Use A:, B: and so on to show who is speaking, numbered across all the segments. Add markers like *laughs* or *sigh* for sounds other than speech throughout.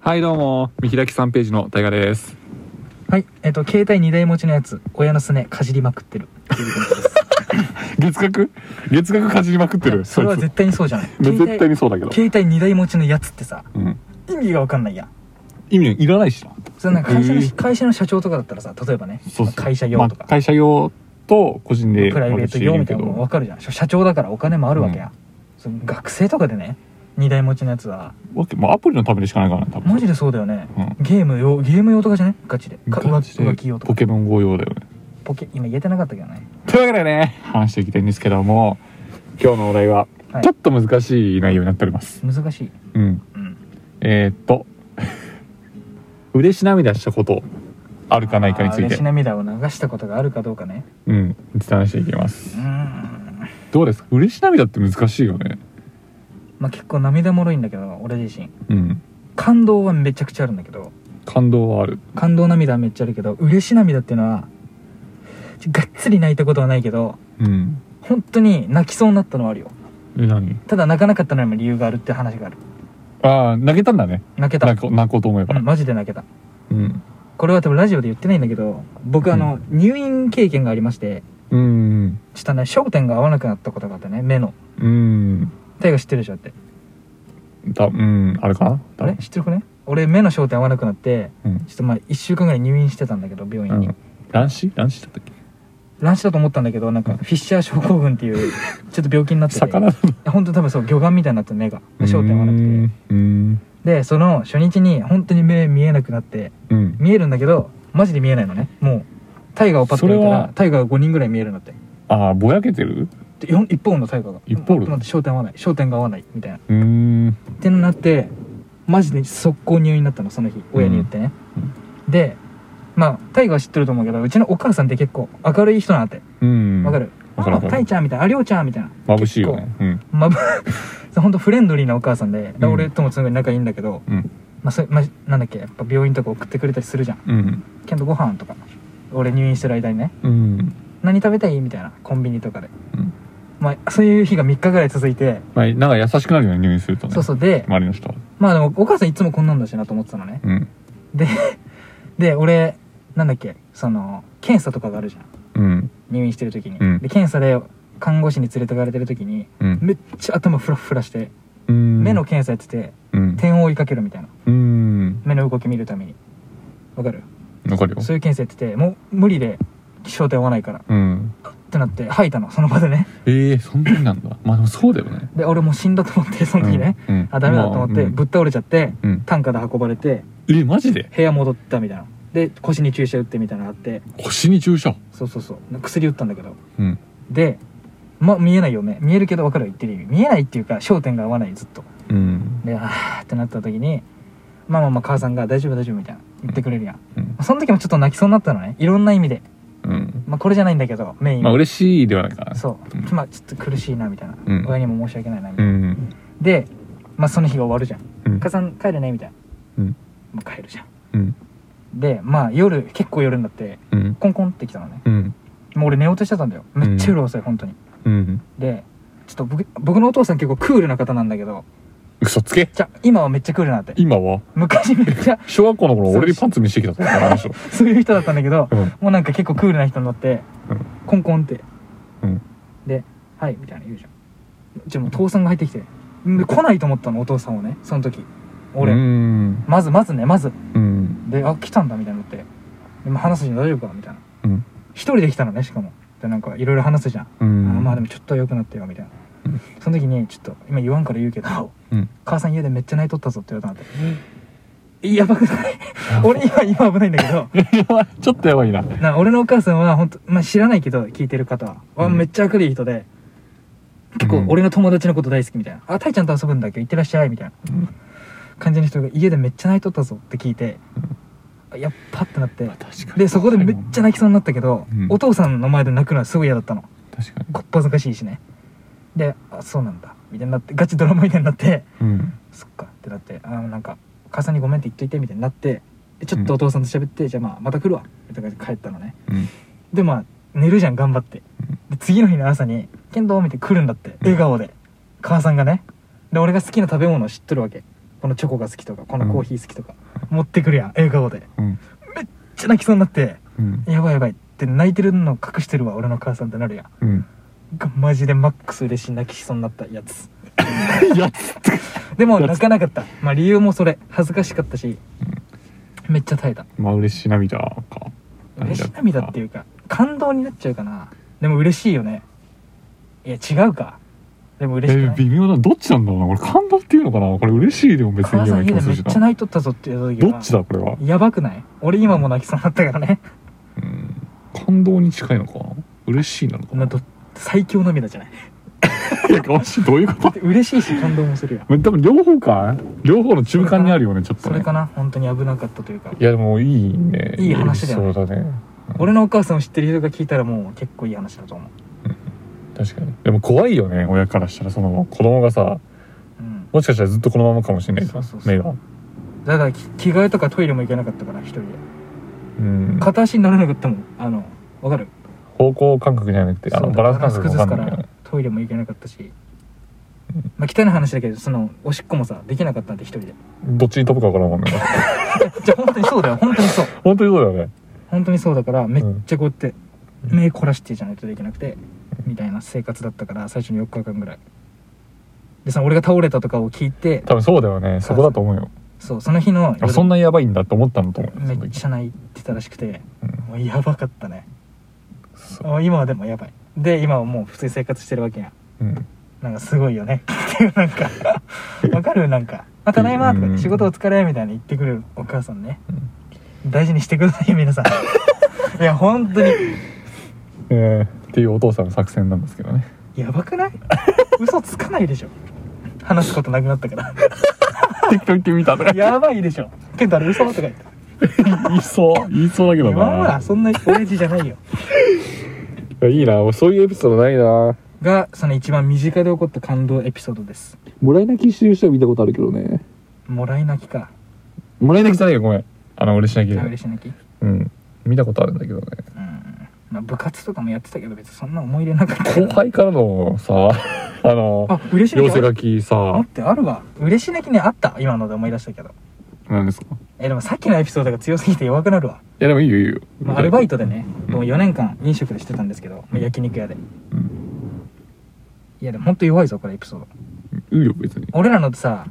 A: はいどうも見開き3ページの大河です
B: はい、えっと、携帯2台持ちのやつ、親のすねかじりまくってる。
A: 月額月額かじりまくってる
B: それは絶対にそうじゃない。
A: そいつ絶対に
B: う。
A: そうだけど、
B: 携帯2台持ちのやつってさ、
A: うん、
B: 意味がわかんないやん。
A: 意味いらないしな
B: それなんか会社の、
A: えー
B: 会社の社長とかだったらさ、例えばね、
A: そうそう
B: 会社用と
A: まあ
B: か、
A: 会社用と個人で
B: プライベート用みたいなのもわかるじゃん。社長だからお金もあるわけや。
A: うん
B: ん、その学生とかでね、2台持ちのやつは、
A: わけ、まあ、アプリのためにしかないからね多分
B: マジでそうだよね。
A: うん
B: ゲーム用、ゲーム用とかじゃねガチで。か
A: ガチで
B: 浮気用と
A: ポ
B: か。
A: ケモン GO 用だよね
B: ポケ、今言えてなかったけどね。
A: というわけでね話していきたいんですけども今日のお題は
B: はい
A: ちょっと難しい内容になっております、
B: 難しい。
A: うん
B: うん。
A: えー、っと *laughs* 嬉し涙したことあるかないかについ
B: あー
A: て
B: 嬉し涙を流したことがあるかどうかね。
A: うん伝えしていきます
B: うーん。
A: どうですか嬉し涙って難しいよね
B: まあ、結構涙もろいんだけど俺自身
A: うん
B: 感動はめちゃくちゃあるんだけど
A: 感動はある
B: 感動涙はめっちゃあるけど嬉し涙っていうのはちょがっつり泣いたことはないけど
A: うん
B: 本当に泣きそうになったのはあるよ
A: え何
B: ただ泣かなかったのにも理由があるって話がある
A: ああ投げたんだね
B: 泣けた、
A: 泣こう泣こうと思えば
B: うんマジで泣けた
A: うん
B: これは多分ラジオで言ってないんだけど僕あの、入院経験がありまして
A: うん
B: ちょっとね焦点が合わなくなったことがあってね目の
A: うん
B: 大が知ってるでしょだって
A: だうんあれかな
B: あれ知ってる子ね俺目の焦点合わなくなって
A: うん
B: ちょっとまあ1週間ぐらい入院してたんだけど病
A: う
B: 院に、
A: ん乱視乱視だったっけ
B: 乱視だと思ったんだけどなんかフィッシャー症候群っ
A: *laughs*
B: ていうちょっと病気になってて
A: 魚な
B: 本当多分そう魚眼みたいになって目が焦点合わなくて
A: うん
B: でその初日に本当に目見えなくなって
A: うん
B: 見えるんだけどマジで見えないのねもうタイガーをパッと見
A: そ
B: た
A: れは
B: らタイガーが5人ぐらい見えるんだって
A: ああぼやけてる
B: でよん一方のタイガーが
A: 一方の
B: うん待って待って焦点合わない焦点が合わないみたいなっ
A: うん
B: てなってマジで速攻入院になったのその日親に言ってね、でまあタイガーは知ってると思うけどうちのお母さんって結構明るい人なんだって
A: うん
B: わかる、
A: わかるわか
B: あ
A: る
B: タイちゃんみたいなありょうちゃんみたいな
A: 眩しいよねうん
B: まあ、 *laughs* 本当フレンドリーなお母さんで、
A: うん
B: 俺ともすごい仲いいんだけど、
A: うん
B: まあそれまあ、なんだっけやっぱ病院とか送ってくれたりするじゃん
A: うん
B: ケントご飯とか俺入院してる間にね
A: うん
B: 何食べたいみたいなコンビニとかで、
A: うん
B: まあ、そういう日が3日ぐらい続いて、
A: まあなんか優しくなるよね入院するとね
B: そうそうで
A: 周りの人は
B: まあでもお母さんいつもこんなんだしなと思ってたのね
A: うん
B: で *laughs* で俺なんだっけその検査とかがあるじゃん
A: うん
B: 入院してる時に、
A: うん
B: で検査で看護師に連れてかれてる時に
A: うん
B: めっちゃ頭フラフラして、
A: うん
B: 目の検査やってて
A: うん
B: 点を追いかけるみたいな
A: うん
B: 目の動き見るためにわかる
A: わかるよ
B: そういう検査やっててもう無理で焦点合わないから
A: うん
B: ってなって吐いたのその場でね
A: ええそんなになんだまあでもそうだよね
B: で俺もう死んだと思ってその時ね、
A: うんうん
B: あダメだと思っ
A: ま
B: て
A: あうん
B: ぶっ倒れちゃって、
A: うん
B: 担架で運ばれて
A: えマジで
B: 部屋戻ったみたいなで腰に注射打ってみたいなのあって
A: 腰に注射
B: そうそうそう薬打ったんだけど
A: うん
B: でまあ見えないよね見えるけど分かるよ言ってる意味見えないっていうか焦点が合わないずっと
A: うん
B: であーってなった時にまあまあまあ母さんが「大丈夫大丈夫」みたいな言ってくれるやん
A: うん
B: その時もちょっと泣きそうになったのねいろんな意味で
A: うん
B: まあこれじゃないんだけどメインは
A: まあ嬉しいではないかな
B: そうう、
A: ん
B: まあちょっと苦しいなみたいな、
A: うん
B: 親にも申し訳ないなみた
A: う
B: いな、
A: ん
B: で、まあ、その日が終わるじゃん
A: うん
B: 「母さん帰るね」みたいな、
A: うん
B: まあ、帰るじゃん
A: うん
B: でまあ夜結構夜になって
A: うん
B: コンコンってきたのね
A: うん
B: もう俺寝ようとしてたんだよめっちゃ夜遅い本当に
A: うん
B: でちょっと僕僕のお父さん結構クールな方なんだけど
A: 嘘つけ
B: じゃ今はめっちゃクールなんだって
A: 今は
B: 昔めっちゃ
A: 小学校の頃俺にパンツ見してきたとかあるでしょ
B: そういう人だったんだけど
A: うん
B: *laughs* もうなんか結構クールな人になって、
A: うん
B: コンコンって
A: うん
B: で「はい」みたいな言うじゃんじゃあもう父さんが入ってきてで来ないと思ったのお父さんをねその時俺、
A: うん
B: まずまずねまず
A: うん
B: であ来たんだみたいになってでも話すじゃん大丈夫かみたいな
A: うん
B: 一人で来たのねしかもでなんかいろいろ話すじゃん、
A: う
B: あ
A: ん
B: ーまあでもちょっとは良くなったよみたいな、
A: うん
B: その時にちょっと今言わんから言うけど
A: うん *laughs*
B: 母さん家でめっちゃ泣いとったぞって言われたんだってやばくない俺今今危ないんだけ
A: *laughs*
B: ど
A: やばいちょっとやばいな
B: な俺のお母さんは本当、まあ、知らないけど聞いてる方は、わ
A: うん
B: めっちゃ明るい人で結
A: う
B: 構
A: ん
B: 俺の友達のこと大好きみたいな「あたいちゃんと遊ぶんだけど行ってらっしゃい」みたいな感じの人が家でめっちゃ泣いとったぞって聞いて、やっぱってなって
A: 確かに
B: でそこでめっちゃ泣きそうになったけど、
A: うん
B: お父さんの前で泣くのはすごい嫌だったの
A: 確かに
B: こっぱずかしいしねで「あそうなんだ」みたいになってガチドラマみたいになって
A: うん
B: 「そっか」ってなって「あなんか母さんにごめんって言っといて」みたいになってでちょっとお父さんと喋って「じゃあまあまた来るわ」みたいな感じで帰ったのね
A: うん
B: でまあ寝るじゃん頑張って
A: うん
B: で次の日の朝に「剣道」見て来るんだって笑顔で母さんがねで俺が好きな食べ物を知っとるわけこのチョコが好きとかこのコーヒー好きとか、持ってくるやん笑顔でめっ
A: うん
B: ちゃ泣きそうになって
A: うん
B: やばいやばいって泣いてるの隠してるわ俺の母さんってなるやん
A: うん
B: がマジでマックス嬉しい泣きそうになったやつ
A: *laughs* や
B: でも泣かなかったまあ理由もそれ恥ずかしかったしめっちゃ耐えた
A: まあ嬉しい涙か
B: 嬉しい涙っていうか感動になっちゃうかなでも嬉しいよねいや違うかでも
A: え
B: 嬉しくない
A: 微妙などっちなんだろうなこれ感動っていうのかなこれ嬉しいでも別にい
B: 母
A: いよ
B: さ
A: うんな
B: 家
A: 気
B: で
A: がす
B: め
A: る
B: っ
A: し
B: ち
A: な
B: ゃ泣いとったぞって言った時は
A: どっちだこれは、
B: やばくない俺今も泣きそうになったからね
A: う
B: *laughs*
A: ん、感動に近いのかな嬉しいなのか
B: な
A: な
B: ど最強涙じゃない
A: いやか *laughs* わしいどういうこと
B: だって嬉しいし感動もするやん
A: まあ多分両方か両方の中間にあるよねちょっと
B: それ
A: ね
B: かな本当に危なかったというか
A: いやでもいいね
B: いい話だよね
A: そうだね
B: 俺のお母さんを知ってる人が聞いたらもう結構いい話だと思う
A: 確かにでも怖いよね親からしたらその子供がさ
B: うん
A: もしかしたらずっとこのままかもしれないじゃん
B: そうそうそう
A: 目が
B: だからき着替えとかトイレも行けなかったから一人で
A: うん
B: 片足にならなかったもんあのわかる
A: 方向感覚じゃなくてあ
B: そ
A: の
B: う
A: バランス感覚
B: バ
A: が
B: ラン
A: 分かん
B: 崩すか
A: ないよ
B: ら
A: ね
B: トイレも行けなかったしまあ汚い話だけどそのおしっこもさできなかったんで一人で *laughs*
A: どっちに飛ぶか分からんもんね *laughs*
B: じゃあ本当にそうだよ本当にそう
A: 本当にそうだよね
B: 本当にそうだからめっちゃこうやって
A: うん
B: 目凝らしてじゃないとできなくてみたいな生活だったから最初の4日間ぐらいでさ俺が倒れたとかを聞いて
A: 多分そうだよねそこだと思うよ
B: そうその日の
A: あ
B: 夜
A: そんなやばいんだって思ったのと思うよ
B: め
A: その
B: っ
A: 時
B: ちゃ泣いてたらしくて
A: うん
B: もうやばかったね
A: そ
B: あ今はでもやばいで今はもう普通に生活してるわけや
A: うん
B: なんかすごい
A: *laughs*
B: よねっていうなんかわかるなんか「あただいま」とか
A: う
B: 「
A: ん
B: 仕事お疲れ」みたいに言ってくれるお母さんね大事にしてくださいよ皆さんいや本当に
A: えーっていうお父さんの作戦なんですけ *laughs* どね
B: やばくない嘘つかないでしょ話すことなくなったから
A: 適当に言ってみたとか
B: やばいでしょケントあれ嘘とか言って
A: 言いそう言いそうだけど
B: 今ま
A: な
B: だそんな親父じゃないよ
A: いやいいなそういうエピソードないな
B: がその一番身近で起こった感動エピソードです
C: もらい泣きしてる人は見たことあるけどね
B: もらい泣きか
A: もらい泣きじゃないよごめんあの嬉しなき
B: あ
A: ゃ
B: 嬉し泣き
A: うん見たことあるんだけどね
B: うんまあ部活とかもやってたけど別にそんな思い入れなかった
A: 後輩からのさ *laughs* あの
B: あ嬉し泣
A: 寄
B: き
A: せ
B: あ
A: 書きさ
B: 待ってあるわ嬉し泣きねあった今ので思い出したけど
A: 何ですか
B: えでもさっきのエピソードが強すぎて弱くなるわ、
A: いやでもいいよいいよ、
B: まあ、アルバイトでね
A: うん
B: もう4年間飲食でしてたんですけど、まあ、焼肉屋で
A: うん
B: いやでもほんと弱いぞこれエピソード
A: いいよ別に
B: 俺らのさ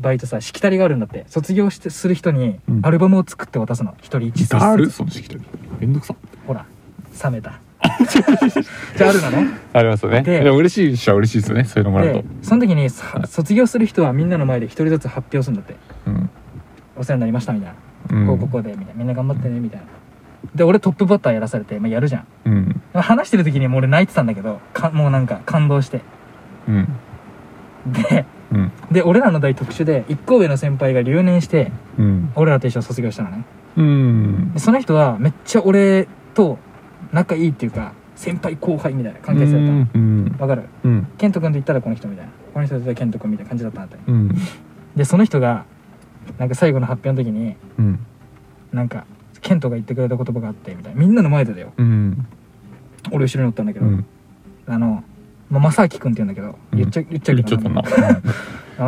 B: バイトさしきたりがあるんだって卒業してする人に
A: うん
B: アルバムを作って渡すの一人一冊
A: だるその時期とめんどくさ
B: ほら冷めた *laughs* じゃああるのね
A: ありますよね
B: で
A: でも嬉しいしは嬉しいですよねそういうのもらう
B: で
A: と
B: その時にさ卒業する人はみんなの前で一人ずつ発表するんだって
A: うん
B: お世話になりましたみたい
A: うん
B: なこうこうこうでみたいなみんな頑張ってねみたいなで俺トップバッターやらされて、まあ、やるじゃん
A: うん
B: 話してる時にもう俺泣いてたんだけどかもうなんか感動して
A: うん
B: で
A: うん
B: で俺らの代特殊で一個上の先輩が留年して
A: うん
B: 俺らと一緒に卒業したのね
A: うん
B: でその人はめっちゃ俺と仲いいっていうか先輩後輩みたいな関係性だっ
A: うん
B: たわかる
A: うん
B: ケント君と言ったらこの人みたいなこの人と言ったらケント君みたいな感じだったんだって
A: うん
B: でその人がなんか最後の発表の時に
A: うん
B: なんかケントが言ってくれた言葉があってみたいなみんなの前でだよ
A: うん
B: 俺後ろに乗ったんだけ
A: う
B: ど、
A: ん
B: あの、まあ、正明君って言うんだけど言っちゃ,、言っちゃう
A: 言
B: け
A: っちゃ
B: ど
A: ったな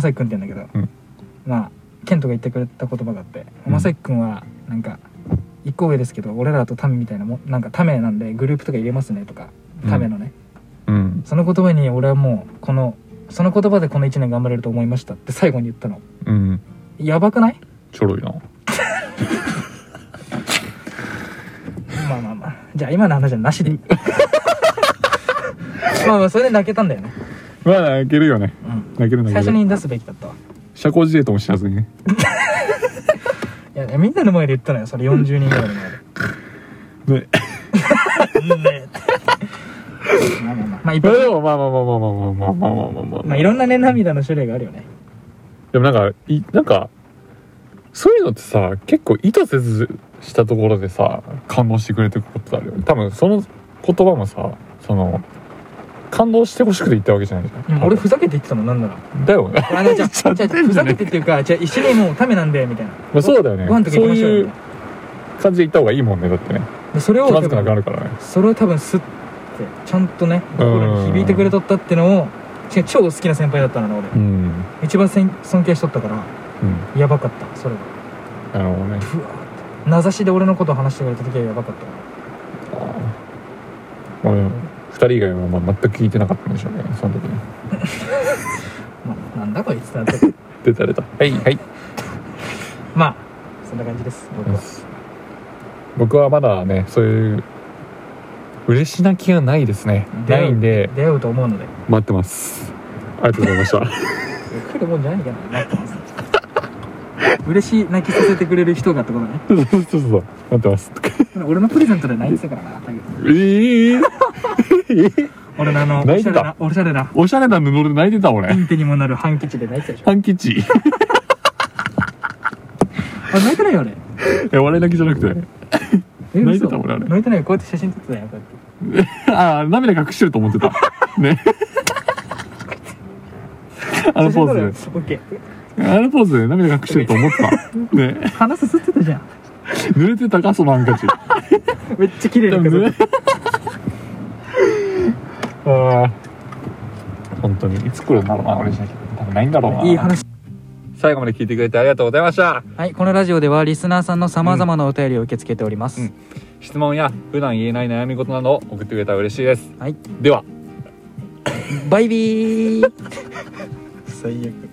B: 正明君って言うんだけど、
A: うん
B: まあケントが言ってくれた言葉があって
A: うん
B: 正明君はなんか一個上ですけど俺らとタメみたいなもんなんかタメなんでグループとか入れますねとかタメのね、
A: うん
B: その言葉に俺はもうこのその言葉でこの1年頑張れると思いましたって最後に言ったの
A: うん
B: やばくない
A: ちょろいな
B: まあまあまあじゃあ今の話はな
A: *laughs*
B: しでまあまあそれで泣けたんだよね、
A: まあ泣けるよね
B: うん、
A: 泣ける泣
B: 最
A: ける
B: 初に出すべきだったわ
A: 社交辞令とも知らずにね
B: いやいやみんなの前で言ったのよそれ40人ぐらいの前で
A: ね
B: まあまあまあまあいっ
A: ま
B: ぱ
A: あで
B: い
A: もまあまあまあまあまあまあまあまあまあまあ
B: まあいろんなね涙の種類があるよね
A: でもなんかいなんかそういうのってさ結構意図せずしたところでさ感動してくれてることあるよね多分その言葉もさその感動してほしくて言ったわけじゃないじゃん
B: 俺ふざけて言ってたもんなんなら
A: だよ
B: *laughs*
A: ね
B: あのじゃあ
A: ちゃっ
B: じ
A: て
B: ゃ
A: ん
B: あ
A: じゃねえ
B: ふざけてっていうかじゃあ一緒にもうためなんでみたいな
A: まあそうだよね
B: ご飯とか行きましょうよみたいな
A: 感じで言った方がいいもんねだってね
B: でそれを
A: 気まず
B: 多
A: くなくな
B: 分
A: るからね
B: それを多分すってちゃんとね心に響いてくれとったってのをしかも超好きな先輩だったのね
A: うん
B: 俺一番せん尊敬しとったから
A: うん
B: やばかったそれは
A: なるほどね
B: ふわーって名指しで俺のことを話してくれた時はやばかった
A: まあでも2人以外はまあ全く聞いてなかったんでしょうねその時ね
B: まあなんだこいつだって *laughs*
A: 出た出たはいはい
B: まあそんな感じです僕は
A: 僕はまだねそういう嬉し泣きがないですね
B: 出
A: な
B: 会う
A: いんで
B: 出会うと思うので
A: 待ってますありがとうございました
B: 来るもんじゃないかな待ってます嬉しい泣きさせてくれる人がってことね
A: そうそうそうそう待ってます
B: 俺のプレゼントで泣いてたからなタグ
A: えー、
B: 俺のあのお
A: 泣い
B: しゃ
A: て
B: れ
A: た
B: なおしゃれな
A: おしゃれな布で泣いてた
B: イ
A: 俺
B: ンテにもなるハンケチで泣いてたでしょ
A: ハンキチ
B: あ泣いてないよ俺
A: え笑い泣きじゃなくて
B: え
A: 泣いてた
B: 嘘
A: 俺あれ
B: 泣いてないよこうやって写真撮ってたよこうやって
A: ああ涙隠してると思ってたねあのポーズ
B: ズオッケー
A: あのポーズで涙隠してると思ってたね
B: 鼻すすってたじゃん
A: 濡れてたかそのハンカチ
B: めっちゃ綺麗に
A: *laughs*
B: 飾って
A: ああ本当にいつ来るんだろうな俺じゃ多分ないんだろうない
B: い話
A: 最後まで聞いてくれてありがとうございました
B: はいこのラジオではリスナーさんのさまざまなお便りを受け付けております、
A: うん質問や普段言えない悩み事などを送ってくれたら嬉しいです
B: はい
A: では
B: バイビー最悪